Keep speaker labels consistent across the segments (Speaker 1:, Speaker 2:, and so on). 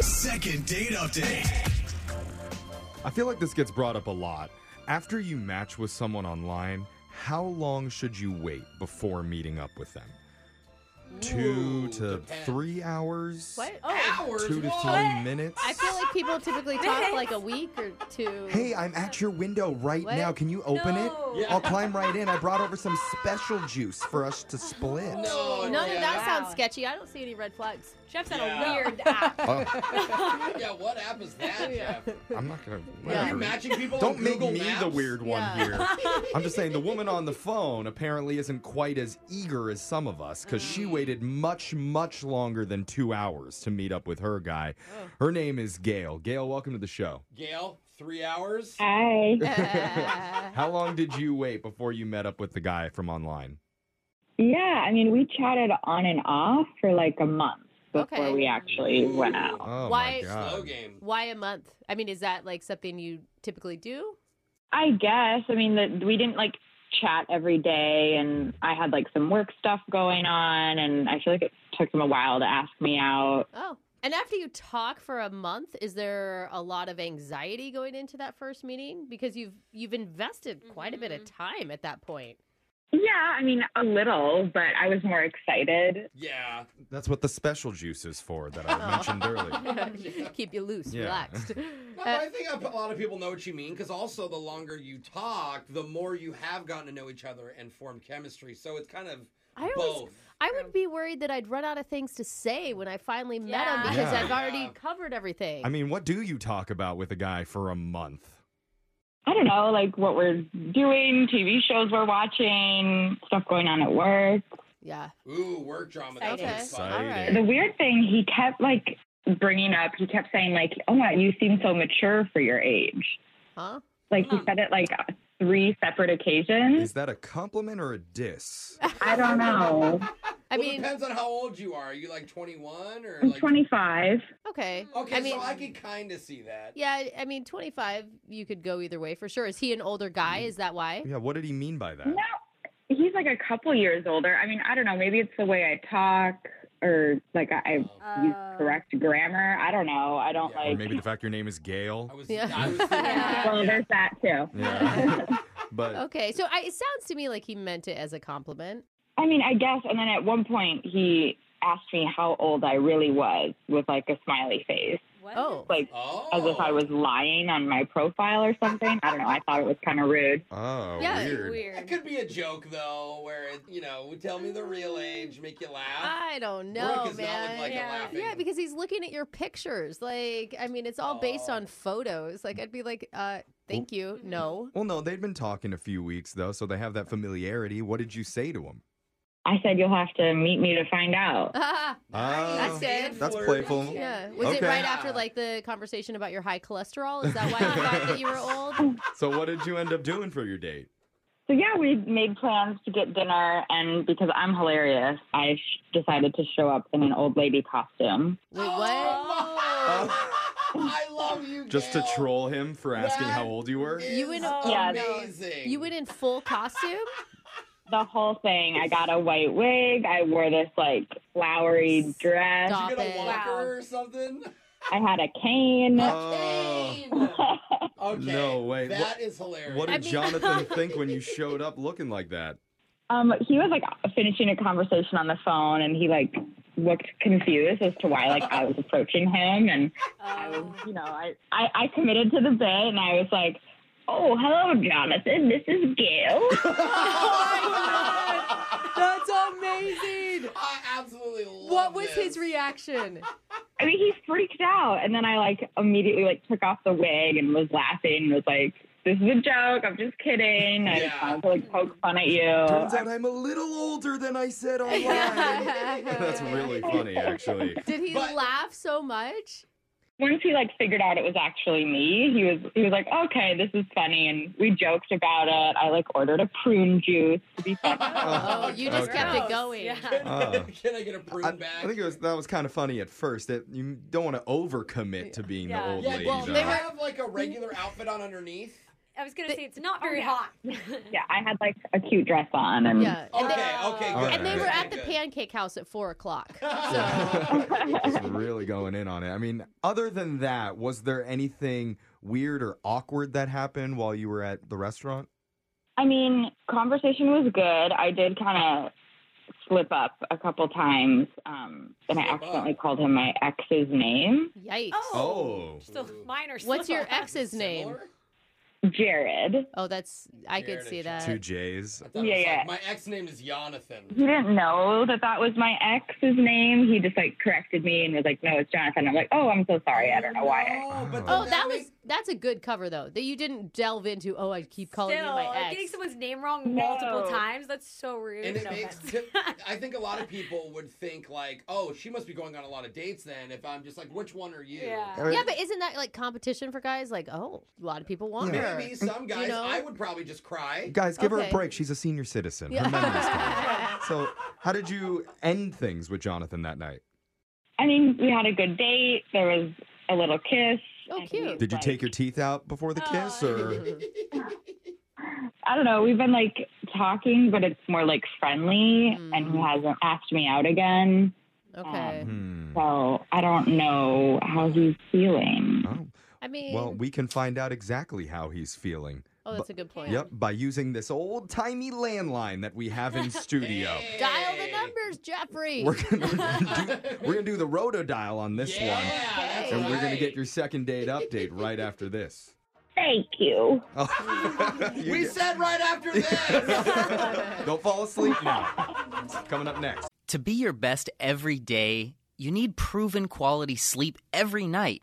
Speaker 1: Second date update.
Speaker 2: I feel like this gets brought up a lot. After you match with someone online, how long should you wait before meeting up with them? Two to three hours?
Speaker 3: What? Oh,
Speaker 2: Two to three minutes?
Speaker 3: I feel like people typically talk like a week or two.
Speaker 2: Hey, I'm at your window right
Speaker 3: What?
Speaker 2: now. Can you open
Speaker 4: No.
Speaker 2: it? I'll climb right in. I brought over some special juice for us to split.
Speaker 3: None of that sounds sketchy. I don't see any red flags.
Speaker 4: Jeff's on
Speaker 5: Yeah.
Speaker 4: a weird app.
Speaker 2: Oh,
Speaker 5: yeah, what app is that, Jeff?
Speaker 2: I'm not going
Speaker 3: Yeah.
Speaker 5: Are you
Speaker 2: to.
Speaker 5: matching people
Speaker 2: Don't
Speaker 5: on
Speaker 2: make
Speaker 5: Google
Speaker 2: me
Speaker 5: Maps?
Speaker 2: the weird one
Speaker 3: Yeah.
Speaker 2: here. I'm just saying the woman on the phone apparently isn't quite as eager as some of us because
Speaker 3: Mm.
Speaker 2: she waited much, much longer than two hours to meet up with her guy. Her name is Gail. Gail, welcome to the show.
Speaker 5: Gail, three hours?
Speaker 6: Hi.
Speaker 3: Uh,
Speaker 2: How long did you wait before you met up with the guy from online?
Speaker 6: Yeah, I mean, we chatted on and off for like a month before
Speaker 3: Okay.
Speaker 6: we actually went out.
Speaker 2: Oh
Speaker 3: Why-
Speaker 2: my
Speaker 5: Slow
Speaker 2: god.
Speaker 5: game.
Speaker 3: Why a month? I mean, is that like something you typically do?
Speaker 6: I guess. I mean, the, we didn't like chat every day, and I had like some work stuff going on, and I feel like it took them a while to ask me out.
Speaker 3: Oh. And after you talk for a month, is there a lot of anxiety going into that first meeting because you've you've invested quite a bit
Speaker 4: Mm-hmm.
Speaker 3: of time at that point?
Speaker 6: Yeah, I mean, a little, but I was more excited.
Speaker 5: Yeah.
Speaker 2: That's what the special juice is for that I mentioned earlier.
Speaker 3: Keep you loose,
Speaker 2: Yeah.
Speaker 3: relaxed.
Speaker 5: No,
Speaker 3: Uh,
Speaker 5: but I think a lot of people know what you mean because also the longer you talk, the more you have gotten to know each other and formed chemistry. So it's kind of
Speaker 3: I always
Speaker 5: both.
Speaker 3: I would be worried that I'd run out of things to say when I finally met him
Speaker 4: Yeah.
Speaker 3: because
Speaker 2: Yeah.
Speaker 3: I've already
Speaker 5: Yeah.
Speaker 3: covered everything.
Speaker 2: I mean, what do you talk about with a guy for a month?
Speaker 6: I don't know, like what we're doing, TV shows we're watching, stuff going on at work.
Speaker 3: yeah.
Speaker 5: Ooh, work drama. That's
Speaker 3: Okay.
Speaker 5: always fun.
Speaker 3: All
Speaker 2: Exciting.
Speaker 6: The weird thing, he kept like bringing up, he kept saying, like, oh, wow, you seem so mature for your age.
Speaker 3: Huh?
Speaker 6: Like, he said it like three separate occasions.
Speaker 2: Is that a compliment or a diss?
Speaker 6: I don't know.
Speaker 3: I
Speaker 5: well,
Speaker 3: mean,
Speaker 5: depends on how old you are. Are you like 21 or
Speaker 6: I'm
Speaker 5: like
Speaker 6: 25.
Speaker 3: okay.
Speaker 5: Mm. Okay,
Speaker 3: I mean,
Speaker 5: so I can kind of see that.
Speaker 3: yeah, I- I mean, 25, you could go either way for sure. Is he an older
Speaker 2: Mm.
Speaker 3: guy? Is that why?
Speaker 2: Yeah, what did he mean by that?
Speaker 6: No, he's like a couple years older. I mean, I don't know. Maybe it's the way I talk or like I,
Speaker 5: Um,
Speaker 6: I use
Speaker 4: Oh.
Speaker 6: correct grammar. I don't know. I don't
Speaker 5: Yeah,
Speaker 2: Or
Speaker 6: like.
Speaker 2: maybe the fact your name is Gail.
Speaker 5: I was,
Speaker 3: Yeah.
Speaker 5: I was thinking that.
Speaker 6: well, there's that too.
Speaker 2: Yeah. but
Speaker 3: Okay. So I, it sounds to me like he meant it as a compliment.
Speaker 6: I mean, I guess. And then at one point, he asked me how old I really was with like a smiley face.
Speaker 3: Oh.
Speaker 6: Like,
Speaker 5: Oh.
Speaker 6: as if I was lying on my profile or something. I don't know. I thought it was kind of rude.
Speaker 2: oh,
Speaker 3: Yeah,
Speaker 2: weird.
Speaker 5: It could be a joke though, where it, you know, would tell me the real age, make you laugh.
Speaker 3: Mm. I don't
Speaker 5: Brooke
Speaker 3: know,
Speaker 5: is not
Speaker 3: man.
Speaker 5: with, like, a
Speaker 3: yeah.
Speaker 5: laughing.
Speaker 3: Yeah, because he's looking at your pictures. Like, I mean, it's all based
Speaker 5: Oh. Mm.
Speaker 3: on photos. Like, I'd be like, uh, thank you. No.
Speaker 2: Well, no, they'd been talking a few weeks though, so they have that familiarity. What did you say to him?
Speaker 6: I said, you'll have to meet me to find out.
Speaker 3: Ah,
Speaker 2: Ah,
Speaker 3: That's good.
Speaker 2: That's playful.
Speaker 3: yeah. Was it
Speaker 2: Okay.
Speaker 3: right after like the conversation about your high cholesterol? Is that why you thought that you were old?
Speaker 2: so what did you end up doing for your date?
Speaker 6: So, yeah, we made plans to get dinner. And because I'm hilarious, I sh- decided to show up in an old lady costume.
Speaker 3: Wait, what?
Speaker 5: Oh. I love you.
Speaker 2: Just to
Speaker 5: Gail.
Speaker 2: troll him for asking how
Speaker 5: That
Speaker 2: old you were?
Speaker 5: is
Speaker 3: You in-
Speaker 6: Yeah,
Speaker 3: no.
Speaker 5: amazing.
Speaker 3: You went in full costume?
Speaker 6: The whole thing. I got a white wig. I wore this like flowery dress.
Speaker 3: Stop.
Speaker 5: You get
Speaker 3: Stop it.
Speaker 5: a walker or something?
Speaker 6: I had a cane.
Speaker 2: Oh,
Speaker 5: Okay.
Speaker 2: No way.
Speaker 5: That
Speaker 2: What-
Speaker 5: is hilarious.
Speaker 2: what did
Speaker 3: I mean-
Speaker 2: Jonathan think when you showed up looking like that?
Speaker 6: Um, he was like finishing a conversation on the phone, and he like looked confused as to why like I was approaching him, and I was,
Speaker 4: Um,
Speaker 6: you know, I, I I committed to the bit, and I was like, "Oh, hello, Jonathan. This is Gail."
Speaker 3: oh That's amazing.
Speaker 5: I absolutely love
Speaker 3: What was
Speaker 5: this.
Speaker 3: his reaction?
Speaker 6: I mean, he freaked out, and then I like immediately like took off the wig and was laughing, and was like, "This is a joke. I'm just kidding. I just
Speaker 5: Yeah.
Speaker 6: wanted to like poke fun at you."
Speaker 2: Turns out I'm a little older than I said online. That's really funny, actually.
Speaker 3: Did he
Speaker 5: But-
Speaker 3: laugh so much?
Speaker 6: once he like figured out it was actually me, he was he was like, okay, this is funny, and we joked about it. I like ordered a prune juice to be funny.
Speaker 3: Oh, you just
Speaker 2: Okay.
Speaker 3: kept it going.
Speaker 4: Yeah.
Speaker 2: Ah.
Speaker 5: Can I get a prune
Speaker 2: I,
Speaker 5: back?
Speaker 2: I think it was that was kind of funny at first. That you don't want to overcommit to being
Speaker 4: Yeah.
Speaker 2: the old
Speaker 5: yeah,
Speaker 2: lady.
Speaker 3: well,
Speaker 5: did you
Speaker 2: though.
Speaker 3: they were-
Speaker 5: have like a regular outfit on underneath?
Speaker 4: I was gonna say it's not very hot.
Speaker 6: Yeah, I had like a cute dress on and
Speaker 3: Yeah. And they,
Speaker 5: Okay, Mm. okay, good.
Speaker 3: and they
Speaker 5: good,
Speaker 3: were at the
Speaker 5: good, good.
Speaker 3: pancake house at four o'clock.
Speaker 2: Just really going in on it. I mean, other than that, was there anything weird or awkward that happened while you were at the restaurant?
Speaker 6: I mean, conversation was good. I did kind of slip up a couple times, um, and I
Speaker 5: Slip up.
Speaker 6: accidentally called him my ex's name,
Speaker 3: Yikes.
Speaker 2: Oh.
Speaker 4: Just a minor.
Speaker 3: What's your
Speaker 4: slip-up.
Speaker 3: ex's name?
Speaker 5: Similar?
Speaker 6: Jared.
Speaker 3: Oh, that's I could
Speaker 5: Jared
Speaker 3: see
Speaker 5: and
Speaker 3: that.
Speaker 2: Two J's.
Speaker 5: I thought it
Speaker 6: Yeah,
Speaker 5: was
Speaker 6: yeah.
Speaker 5: Like, my ex name is Jonathan.
Speaker 6: He didn't know that that was my ex's name. He just like corrected me and was like, "No, it's Jonathan." I'm like, "Oh, I'm so sorry. I don't know why." I-
Speaker 5: No, but
Speaker 3: Oh,
Speaker 5: then
Speaker 3: that
Speaker 5: make-
Speaker 3: was that's a good cover though. That you didn't delve into. Oh, I keep calling
Speaker 4: Still,
Speaker 3: you my
Speaker 4: getting
Speaker 3: ex.
Speaker 4: someone's name wrong
Speaker 6: No.
Speaker 4: multiple times. That's so rude.
Speaker 5: And it
Speaker 4: No
Speaker 5: makes.
Speaker 4: offense.
Speaker 5: I think a lot of people would think like, "Oh, she must be going on a lot of dates." Then, if I'm just like, "Which one are you?"
Speaker 4: Yeah.
Speaker 3: Yeah, but isn't that like competition for guys? Like, oh, a lot of people want her.
Speaker 5: Maybe some guys,
Speaker 3: know?
Speaker 5: I would probably just cry.
Speaker 2: Guys, give her
Speaker 3: Okay.
Speaker 2: a break. She's a senior citizen. Her
Speaker 3: Yeah.
Speaker 2: memory's gone. so, how did you end things with Jonathan that night?
Speaker 6: I mean, we had a good date. There was a little kiss.
Speaker 3: Oh,
Speaker 6: and
Speaker 3: cute.
Speaker 6: he's
Speaker 2: Did you
Speaker 6: like-
Speaker 2: take your teeth out before the kiss, or
Speaker 6: I don't know. We've been like talking, but it's more like friendly,
Speaker 3: Mm.
Speaker 6: and he hasn't asked me out again.
Speaker 3: Okay.
Speaker 2: Hmm.
Speaker 6: So I don't know how he's feeling.
Speaker 2: Oh.
Speaker 3: I mean,
Speaker 2: Well, we can find out exactly how he's feeling.
Speaker 3: oh, that's a good point.
Speaker 2: Yep, by using this old timey landline that we have in studio.
Speaker 5: Hey.
Speaker 3: Dial the numbers, Jeffrey.
Speaker 2: We're gonna, we're gonna do, we're gonna do the rotodial on this
Speaker 5: Yeah,
Speaker 2: one,
Speaker 5: that's
Speaker 2: and we're gonna
Speaker 5: right.
Speaker 2: get your second date update right after this.
Speaker 6: Thank you.
Speaker 2: Oh, you
Speaker 5: We
Speaker 2: get-
Speaker 5: said right after this.
Speaker 2: don't fall asleep now. Coming up next.
Speaker 7: To be your best every day, you need proven quality sleep every night.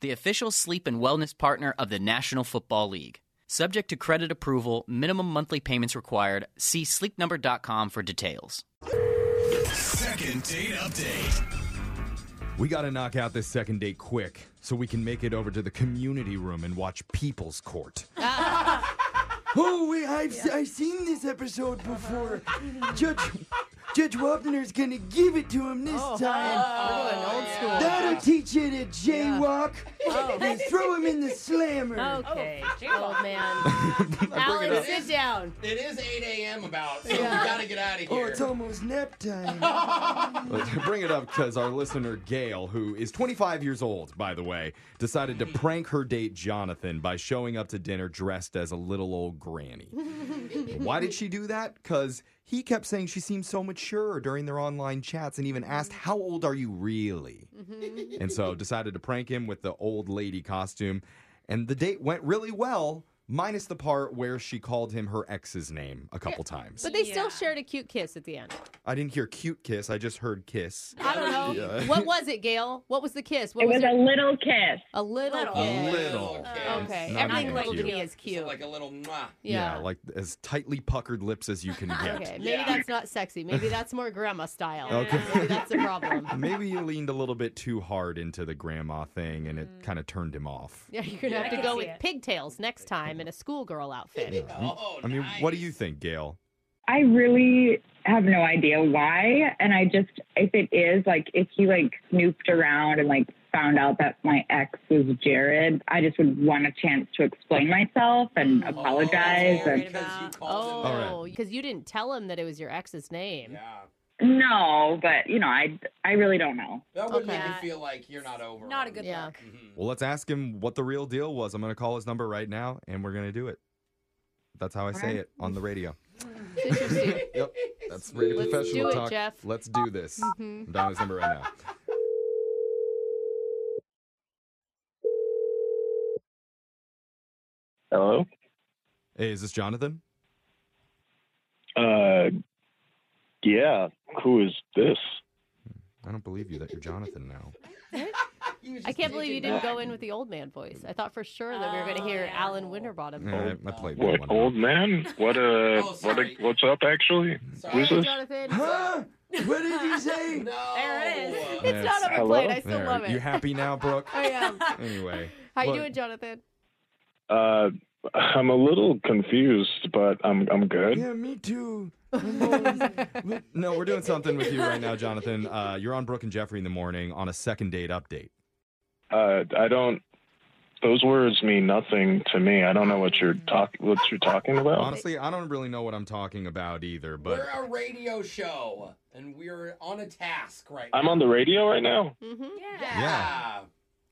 Speaker 7: the official sleep and wellness partner of the National Football League. Subject to credit approval, minimum monthly payments required. See sleepnumber.com for details.
Speaker 1: Second date update.
Speaker 2: We got to knock out this second date quick so we can make it over to the community room and watch People's Court. oh, wait, I've, I've seen this episode before. Judge Judge Wapner's going to give it to him this time.
Speaker 3: Oh. We're going old school.
Speaker 2: That'll teach you to jaywalk.
Speaker 5: Oh.
Speaker 2: They throw him in the slammer.
Speaker 3: Okay, old man. Oh, Alan, sit down.
Speaker 5: it is 8 a.m. about, so we gotta get out of
Speaker 2: Oh,
Speaker 5: here.
Speaker 2: almost nap time. Bring it up because our listener, Gail, who is 25 years old, by the way, decided to prank her date, Jonathan, by showing up to dinner dressed as a little old granny. Why did she do that? Because he kept saying she seemed so mature during their online chats and even asked, How old are you really? and so decided to prank him with the old lady costume. And the date went really well, minus the part where she called him her ex's name a couple times.
Speaker 3: But they
Speaker 4: Yeah.
Speaker 3: still shared a cute kiss at the end.
Speaker 2: I didn't hear cute kiss. I just heard kiss.
Speaker 3: I don't know. What was it, Gail? What was the kiss? What
Speaker 6: It was
Speaker 3: was
Speaker 6: a little kiss.
Speaker 3: A little
Speaker 4: Little.
Speaker 3: kiss.
Speaker 2: A little.
Speaker 5: kiss.
Speaker 3: Okay.
Speaker 2: Not
Speaker 3: Everything
Speaker 2: even
Speaker 3: little to
Speaker 2: cute.
Speaker 3: me is
Speaker 5: So
Speaker 3: cute.
Speaker 5: Oh, like a little mwah.
Speaker 3: yeah.
Speaker 2: like as tightly puckered lips as you can get.
Speaker 3: Okay. Maybe
Speaker 5: Yeah.
Speaker 3: that's not sexy. Maybe that's more grandma style.
Speaker 2: Okay.
Speaker 3: Maybe that's the problem.
Speaker 2: Maybe you leaned a little bit too hard into the grandma thing and it kind of turned him off.
Speaker 3: Mm. Yeah, you're gonna have to
Speaker 4: can
Speaker 3: go
Speaker 4: see
Speaker 3: with
Speaker 4: it.
Speaker 3: pigtails next time in a schoolgirl outfit.
Speaker 5: Oh,
Speaker 2: I mean, what do you think, Gail?
Speaker 6: I really have no idea why. And I just, if it is like, if he like snooped around and like found out that my ex was Jared, I just would want a chance to explain myself and
Speaker 5: Oh.
Speaker 6: apologize.
Speaker 5: Because
Speaker 6: And,
Speaker 5: you called him.
Speaker 2: All right.
Speaker 3: Oh, because you didn't tell him that it was your ex's name.
Speaker 5: Yeah.
Speaker 6: no, but you know, I, I really don't know.
Speaker 5: That would make
Speaker 4: Okay.
Speaker 5: you feel like you're not over. Mm-hmm.
Speaker 4: Not a
Speaker 5: him.
Speaker 4: good
Speaker 3: Yeah.
Speaker 4: look.
Speaker 2: Well, let's ask him what the real deal was. I'm going to call his number right now and we're going to do it. That's how I say it on the radio.
Speaker 3: Interesting.
Speaker 2: Yep. That's rated
Speaker 3: Let's
Speaker 2: professional
Speaker 3: do it,
Speaker 2: talk.
Speaker 3: Jeff. Mm-hmm.
Speaker 2: Let's do this. I'm dialing his number right now.
Speaker 8: Hello.
Speaker 2: Hey, is this Jonathan?
Speaker 8: Uh, yeah. Who is this?
Speaker 2: I don't believe you that you're Jonathan now.
Speaker 3: I can't believe you didn't go in with the old man voice. I thought for sure that we were going to
Speaker 4: Oh,
Speaker 3: hear
Speaker 4: yeah.
Speaker 3: Alan Winterbottom.
Speaker 2: Yeah, I, I played that
Speaker 8: What
Speaker 2: one.
Speaker 8: old man? What uh?
Speaker 5: Oh,
Speaker 8: what
Speaker 5: sorry.
Speaker 8: what's up? Actually,
Speaker 5: Sorry.
Speaker 8: who's
Speaker 3: Hey,
Speaker 8: this?
Speaker 3: Jonathan.
Speaker 2: Huh? What did you say?
Speaker 5: No.
Speaker 3: There it is.
Speaker 2: Yeah,
Speaker 3: It's not
Speaker 2: it's-
Speaker 3: overplayed. I
Speaker 8: Hello?
Speaker 3: still love it.
Speaker 2: You happy now, Brooke?
Speaker 3: I am.
Speaker 2: Anyway.
Speaker 3: How you
Speaker 2: look,
Speaker 3: doing, Jonathan?
Speaker 8: Uh, I'm a little confused, but I'm I'm good.
Speaker 2: Yeah, me too. I'm always- we- no, we're doing something with you right now, Jonathan. Uh, you're on Brooke and Jeffrey in the morning on a second date update.
Speaker 8: Uh, I don't. Those words mean nothing to me. I don't know what you're talk what you're talking about.
Speaker 2: Honestly, I don't really know what I'm talking about either, but
Speaker 5: We're a radio show, and we're on a task right
Speaker 8: I'm
Speaker 5: now.
Speaker 8: on the radio right now.
Speaker 3: Mm-hmm.
Speaker 4: Yeah.
Speaker 5: Yeah.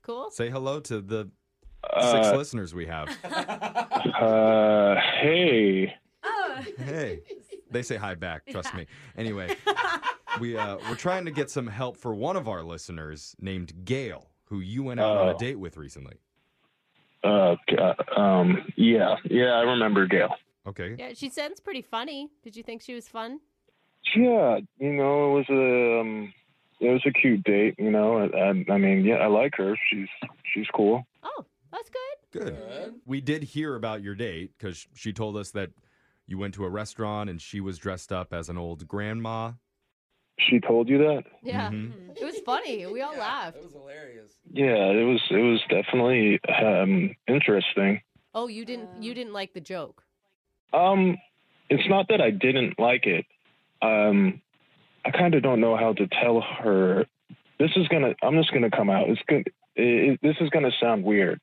Speaker 3: Cool.
Speaker 2: say hello to the six
Speaker 8: Uh,
Speaker 2: listeners we have.
Speaker 8: uh, hey.
Speaker 4: Oh.
Speaker 2: Hey, they say hi back. Trust me. Anyway, we uh, we're trying to get some help for one of our listeners named Gail, who you went out on a
Speaker 8: Oh.
Speaker 2: date with recently.
Speaker 8: Uh, um, yeah, yeah, I remember Gail.
Speaker 2: Okay.
Speaker 3: Yeah, she sounds pretty funny. Did you think she was fun?
Speaker 8: Yeah, you know, it was a um, it was a cute date. You know, I, I, I mean, yeah, I like her. She's she's cool.
Speaker 3: Oh, that's good.
Speaker 2: Good.
Speaker 5: Good.
Speaker 2: We did hear about your date because she told us that you went to a restaurant and she was dressed up as an old grandma.
Speaker 8: She told you that?
Speaker 3: Yeah.
Speaker 2: Mhm.
Speaker 3: It was funny. We all
Speaker 5: Yeah,
Speaker 3: laughed.
Speaker 5: It was hilarious.
Speaker 8: Yeah, it was it was definitely um, interesting.
Speaker 3: Oh, you didn't you didn't like the joke.
Speaker 8: Um, it's not that I didn't like it. Um, I kind of don't know how to tell her. This is gonna. I'm just gonna come out. It's good. It, it, this is gonna sound weird.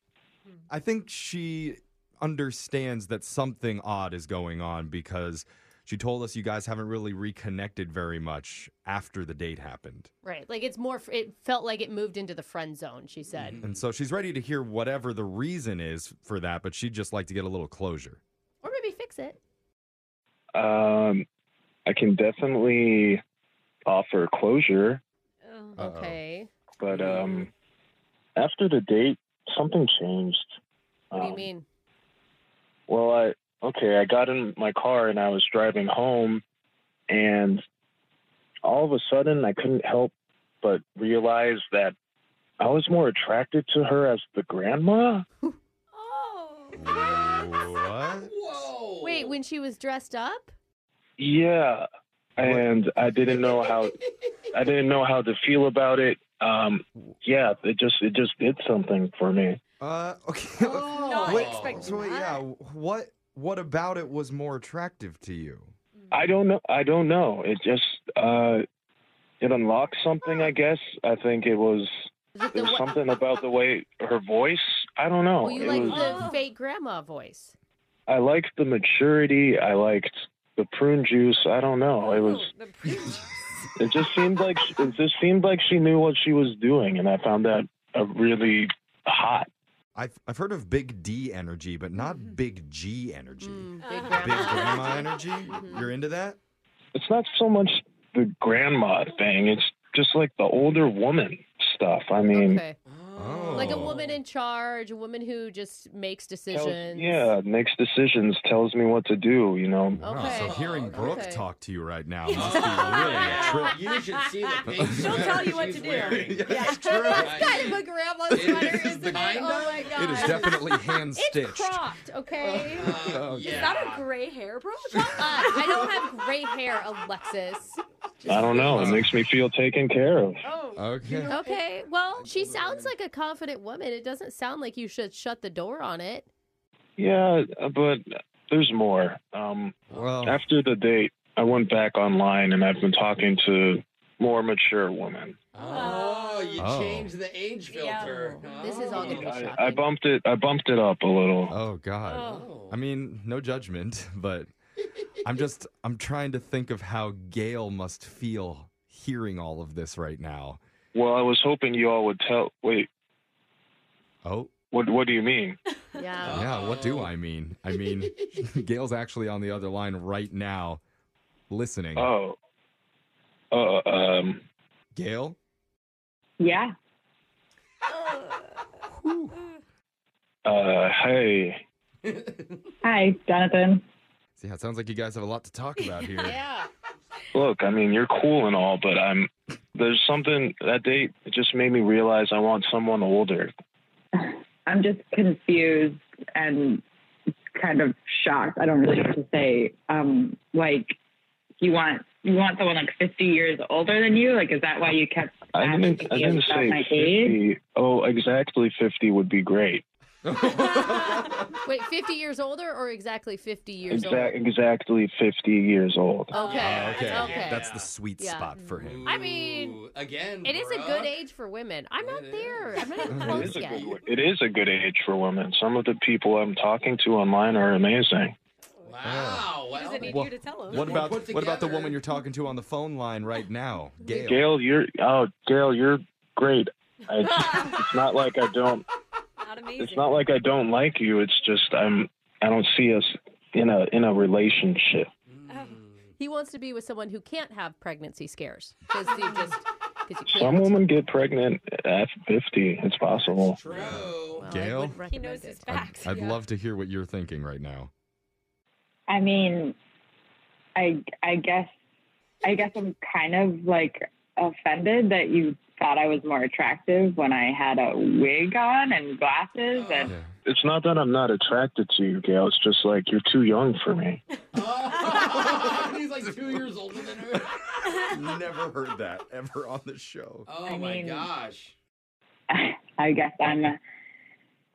Speaker 2: I think she understands that something odd is going on because she told us you guys haven't really reconnected very much after the date happened.
Speaker 3: Right. Like it's more it felt like it moved into the friend zone, she said.
Speaker 2: And so she's ready to hear whatever the reason is for that, but she'd just like to get a little closure.
Speaker 3: Or maybe fix it.
Speaker 8: Um, I can definitely offer closure,
Speaker 4: Oh.
Speaker 2: Uh-oh.
Speaker 3: Okay.
Speaker 8: but um, after the date, something changed.
Speaker 3: What do you
Speaker 8: Um,
Speaker 3: mean?
Speaker 8: Well, I okay, I got in my car and I was driving home, and all of a sudden I couldn't help but realize that I was more attracted to her as the grandma.
Speaker 2: What?
Speaker 5: Whoa.
Speaker 3: Wait, when she was dressed up?
Speaker 8: Yeah, and I didn't know how I didn't know how to feel about it. Um, yeah, it just it just did something for me.
Speaker 2: Uh, okay.
Speaker 4: Not
Speaker 2: Wait,
Speaker 4: expecting
Speaker 2: so wait,
Speaker 4: that.
Speaker 2: yeah, what what about it was more attractive to you?
Speaker 8: I don't know. I don't know. It just uh, it unlocked something. I guess. I think it was
Speaker 3: Is it
Speaker 8: it
Speaker 3: the
Speaker 8: was
Speaker 3: wa-
Speaker 8: something about the way her voice. I don't know.
Speaker 3: well, you
Speaker 8: It
Speaker 3: like
Speaker 8: was-
Speaker 3: the
Speaker 4: Oh.
Speaker 3: fake grandma voice.
Speaker 8: I liked the maturity. I liked the prune juice. I don't
Speaker 6: Oh,
Speaker 8: know. It was.
Speaker 4: The preacher.
Speaker 8: It just seemed like it just seemed like she knew what she was doing, and I found that uh, really hot.
Speaker 2: I've I've heard of big D energy, but not big G energy.
Speaker 3: Mm-hmm. Mm, Mm-hmm. big
Speaker 4: Uh-huh.
Speaker 2: Big
Speaker 3: grandma.
Speaker 2: grandma energy. You're into that?
Speaker 8: It's not so much the grandma thing. It's just like the older woman stuff. I mean,
Speaker 3: Okay. Like a
Speaker 2: Oh.
Speaker 3: woman in charge, a woman who just makes
Speaker 8: tells-
Speaker 3: decisions.
Speaker 8: yeah, makes decisions, tells me what to do. You know,
Speaker 2: Wow,
Speaker 3: Okay.
Speaker 2: so hearing Brooke
Speaker 3: Okay.
Speaker 2: talk to you right now must be really a trip.
Speaker 5: You should see the pink
Speaker 4: She'll
Speaker 5: sweater
Speaker 4: tell you what
Speaker 5: she's
Speaker 4: to do.
Speaker 5: wearing.
Speaker 2: That's true.
Speaker 3: That's kind of a grandma sweater,
Speaker 5: is
Speaker 3: isn't it?
Speaker 5: kinda.
Speaker 3: Oh my god.
Speaker 2: It is definitely hand
Speaker 3: It's
Speaker 2: stitched.
Speaker 3: cropped, okay? Uh,
Speaker 5: Uh,
Speaker 2: Okay.
Speaker 5: yeah.
Speaker 4: Is that a gray hair brooch?
Speaker 2: Uh,
Speaker 3: I don't have gray hair, Alexis.
Speaker 8: I don't know. It makes me feel taken care of.
Speaker 2: Okay.
Speaker 3: Okay, well, she sounds like a confident woman. It doesn't sound like you should shut the door on it.
Speaker 8: Yeah, but there's more. Um,
Speaker 2: Well,
Speaker 8: after the date, I went back online and I've been talking to more mature women.
Speaker 5: Oh, you
Speaker 2: Oh.
Speaker 5: changed the age
Speaker 4: Yeah.
Speaker 5: filter. Oh.
Speaker 3: This is all gonna be
Speaker 8: I,
Speaker 3: shocking.
Speaker 8: I bumped it. I bumped it up a little.
Speaker 2: oh god.
Speaker 5: Oh.
Speaker 2: I mean, no judgment, but I'm just I'm trying to think of how Gail must feel hearing all of this right now.
Speaker 8: Well, I was hoping you all would tell. Wait,
Speaker 2: Oh,
Speaker 8: what? What do you mean?
Speaker 3: Yeah.
Speaker 2: yeah, what do I mean? I mean, Gail's actually on the other line right now listening.
Speaker 8: Oh. Oh, um,
Speaker 2: Gail,
Speaker 6: Yeah.
Speaker 8: uh, hey.
Speaker 6: Hi, Jonathan.
Speaker 2: see how it sounds like you guys have a lot to talk about here.
Speaker 3: Yeah.
Speaker 8: Look, I mean, you're cool and all, but I'm. There's something that date. It just made me realize I want someone older.
Speaker 6: I'm just confused and kind of shocked. I don't really know what to say. Um, like, you want you want someone like 50 years older than you? Like, is that why you kept?
Speaker 8: I didn't.
Speaker 6: asking
Speaker 8: I
Speaker 6: me
Speaker 8: didn't
Speaker 6: about
Speaker 8: say
Speaker 6: my age?
Speaker 8: fifty. Oh, exactly fifty would be great.
Speaker 3: Wait, 50 years older or exactly 50 years
Speaker 8: Exact, exactly fifty years old.
Speaker 3: old? Okay.
Speaker 2: Ah, okay.
Speaker 3: Okay.
Speaker 2: That's the sweet
Speaker 3: Yeah.
Speaker 2: spot for him.
Speaker 3: I mean,
Speaker 5: Ooh, again,
Speaker 3: It is a
Speaker 5: bruh.
Speaker 3: good age for women. I'm not
Speaker 5: It
Speaker 3: there.
Speaker 5: is.
Speaker 3: I'm not even
Speaker 6: Oh,
Speaker 2: It
Speaker 3: close
Speaker 8: It is, a
Speaker 3: yet.
Speaker 8: good, it is a good age for women. Some of the people I'm talking to online are amazing.
Speaker 5: Wow.
Speaker 4: He doesn't need
Speaker 2: Well,
Speaker 4: you to tell
Speaker 3: Mm-hmm.
Speaker 4: him.
Speaker 2: What
Speaker 5: Well,
Speaker 2: about
Speaker 5: put
Speaker 2: what about the
Speaker 5: together-
Speaker 2: woman you're talking to on the phone line right now, Gail?
Speaker 8: Gail, you're oh, Gail, you're great. I, it's not like I don't.
Speaker 4: Not amazing.
Speaker 8: It's not like I don't like you. It's just I'm. I don't see us in a in a relationship.
Speaker 3: He wants to be with someone who can't have pregnancy scares because you just because you
Speaker 8: Some
Speaker 3: can't.
Speaker 8: women get pregnant at 50. It's possible.
Speaker 5: True.
Speaker 3: Well, I
Speaker 2: Gail?
Speaker 3: wouldn't
Speaker 4: he
Speaker 3: recommend
Speaker 4: knows
Speaker 3: it.
Speaker 4: his
Speaker 2: I'd,
Speaker 4: facts.
Speaker 2: I'd
Speaker 4: Yeah.
Speaker 2: love to hear what you're thinking right now.
Speaker 6: I mean, I I guess I guess I'm kind of like offended that you thought I was more attractive when I had a wig on and glasses and
Speaker 2: Yeah.
Speaker 8: It's not that I'm not attracted to you, Gail. It's just like you're too young for me.
Speaker 5: Oh, he's like two years older than her.
Speaker 2: Never heard that ever on the show.
Speaker 5: Oh
Speaker 6: I
Speaker 5: my
Speaker 6: mean-
Speaker 5: gosh.
Speaker 6: I guess I'm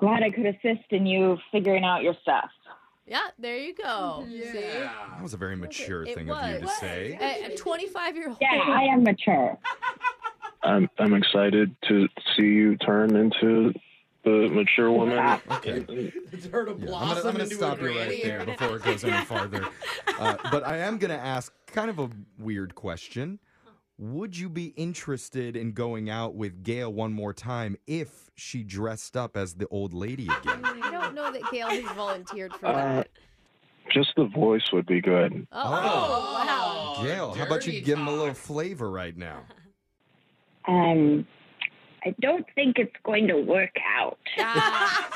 Speaker 6: glad I could assist in you figuring out your stuff.
Speaker 3: Yeah, there you go.
Speaker 4: Mhm.
Speaker 3: See?
Speaker 2: That
Speaker 5: Yeah.
Speaker 2: was a very mature
Speaker 3: It
Speaker 2: thing of
Speaker 3: was.
Speaker 2: you to say.
Speaker 3: A 25 year old.
Speaker 6: Yeah, I am mature.
Speaker 8: I'm I'm excited to see you turn into the mature woman.
Speaker 2: Okay.
Speaker 5: It's her to
Speaker 2: Yeah, I'm gonna,
Speaker 5: blossom
Speaker 2: I'm gonna
Speaker 5: into
Speaker 2: stop
Speaker 5: a
Speaker 2: you right
Speaker 5: granny.
Speaker 2: there before it goes any farther. Uh, but I am gonna ask kind of a weird question. Would you be interested in going out with Gail one more time if she dressed up as the old lady again?
Speaker 3: I don't know that Gail has volunteered for that.
Speaker 8: Just the voice would be good.
Speaker 3: Oh, wow.
Speaker 5: Oh,
Speaker 2: Gail, how about you
Speaker 5: dirty
Speaker 2: give him a little
Speaker 5: talk.
Speaker 2: flavor right now?
Speaker 6: Um, I don't think it's going to work out.
Speaker 3: Ah,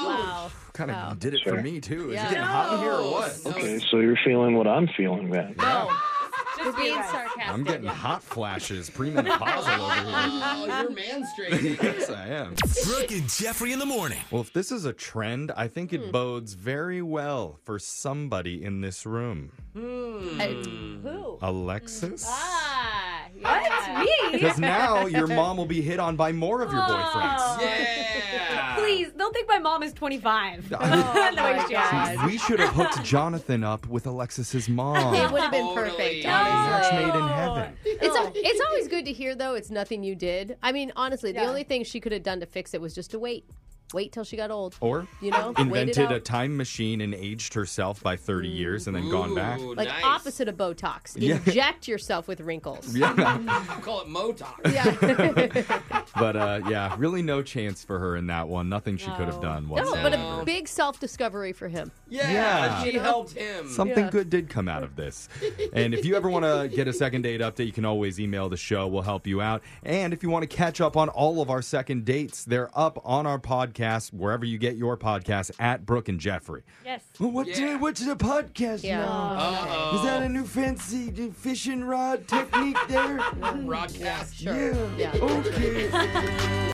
Speaker 5: Ow.
Speaker 3: wow.
Speaker 2: Kind of
Speaker 3: Wow.
Speaker 2: did it for
Speaker 8: Sure.
Speaker 2: me too. Is
Speaker 3: Yeah.
Speaker 2: it getting hot in here or what?
Speaker 5: Oh. No,
Speaker 8: Okay, so you're feeling what I'm feeling then.
Speaker 3: No, we're
Speaker 4: Just be
Speaker 3: being
Speaker 4: right.
Speaker 3: sarcastic.
Speaker 2: I'm getting hot flashes, premenopausal over
Speaker 5: Oh, you're
Speaker 2: here.
Speaker 5: manstraking.
Speaker 2: yes, I am.
Speaker 1: Brooke and Jeffrey in the morning.
Speaker 2: Well, if this is a trend, I think
Speaker 3: Hmm.
Speaker 2: it bodes very well for somebody in this room.
Speaker 3: Uh, who?
Speaker 2: Alexis?
Speaker 3: Ah, yeah.
Speaker 4: What? Me?
Speaker 2: Because now your mom will be hit on by more of your boyfriends.
Speaker 3: Ah.
Speaker 5: Yeah.
Speaker 4: Please, don't think my mom is 25.
Speaker 2: Oh,
Speaker 4: That
Speaker 3: my
Speaker 4: was a joke.
Speaker 3: God.
Speaker 2: We should have hooked Jonathan up with Alexis's
Speaker 3: It
Speaker 2: mom.
Speaker 3: would have been
Speaker 5: Totally.
Speaker 3: perfect.
Speaker 5: No.
Speaker 2: Match
Speaker 3: honestly.
Speaker 2: made in heaven.
Speaker 3: It's, al- it's always good to hear though. It's nothing you did. I mean, honestly, the
Speaker 4: Yeah.
Speaker 3: only thing she could have done to fix it was just to wait, wait till she got old.
Speaker 2: Or
Speaker 3: You know, wait it
Speaker 2: Oh, invented a
Speaker 3: out. Hmm.
Speaker 2: time machine and aged herself by 30 years and then gone back.
Speaker 5: Ooh,
Speaker 3: like
Speaker 5: nice.
Speaker 3: opposite of Botox,
Speaker 2: Yeah.
Speaker 3: inject yourself with wrinkles.
Speaker 2: Yeah.
Speaker 5: I call it Motox.
Speaker 2: but uh, yeah, really no chance for her in that one. Nothing she could have done
Speaker 3: No,
Speaker 2: whatsoever.
Speaker 3: but
Speaker 5: No.
Speaker 3: a big self discovery for him.
Speaker 5: Yeah,
Speaker 2: Yeah.
Speaker 5: she helped him.
Speaker 2: Something
Speaker 3: Yeah.
Speaker 2: good did come out of this. And if you ever want to get a second date update, you can always email the show. We'll help you out. And if you want to catch up on all of our second dates, they're up on our podcast, wherever you get your podcast, at Brooke and Jeffrey.
Speaker 4: Yes.
Speaker 2: Well, what
Speaker 5: Yeah.
Speaker 2: day- what's the podcast
Speaker 3: Yeah.
Speaker 2: now?
Speaker 5: Uh-oh.
Speaker 2: Is that a new fancy fishing rod technique there?
Speaker 5: broadcast?
Speaker 3: Sure. Yeah.
Speaker 2: Okay.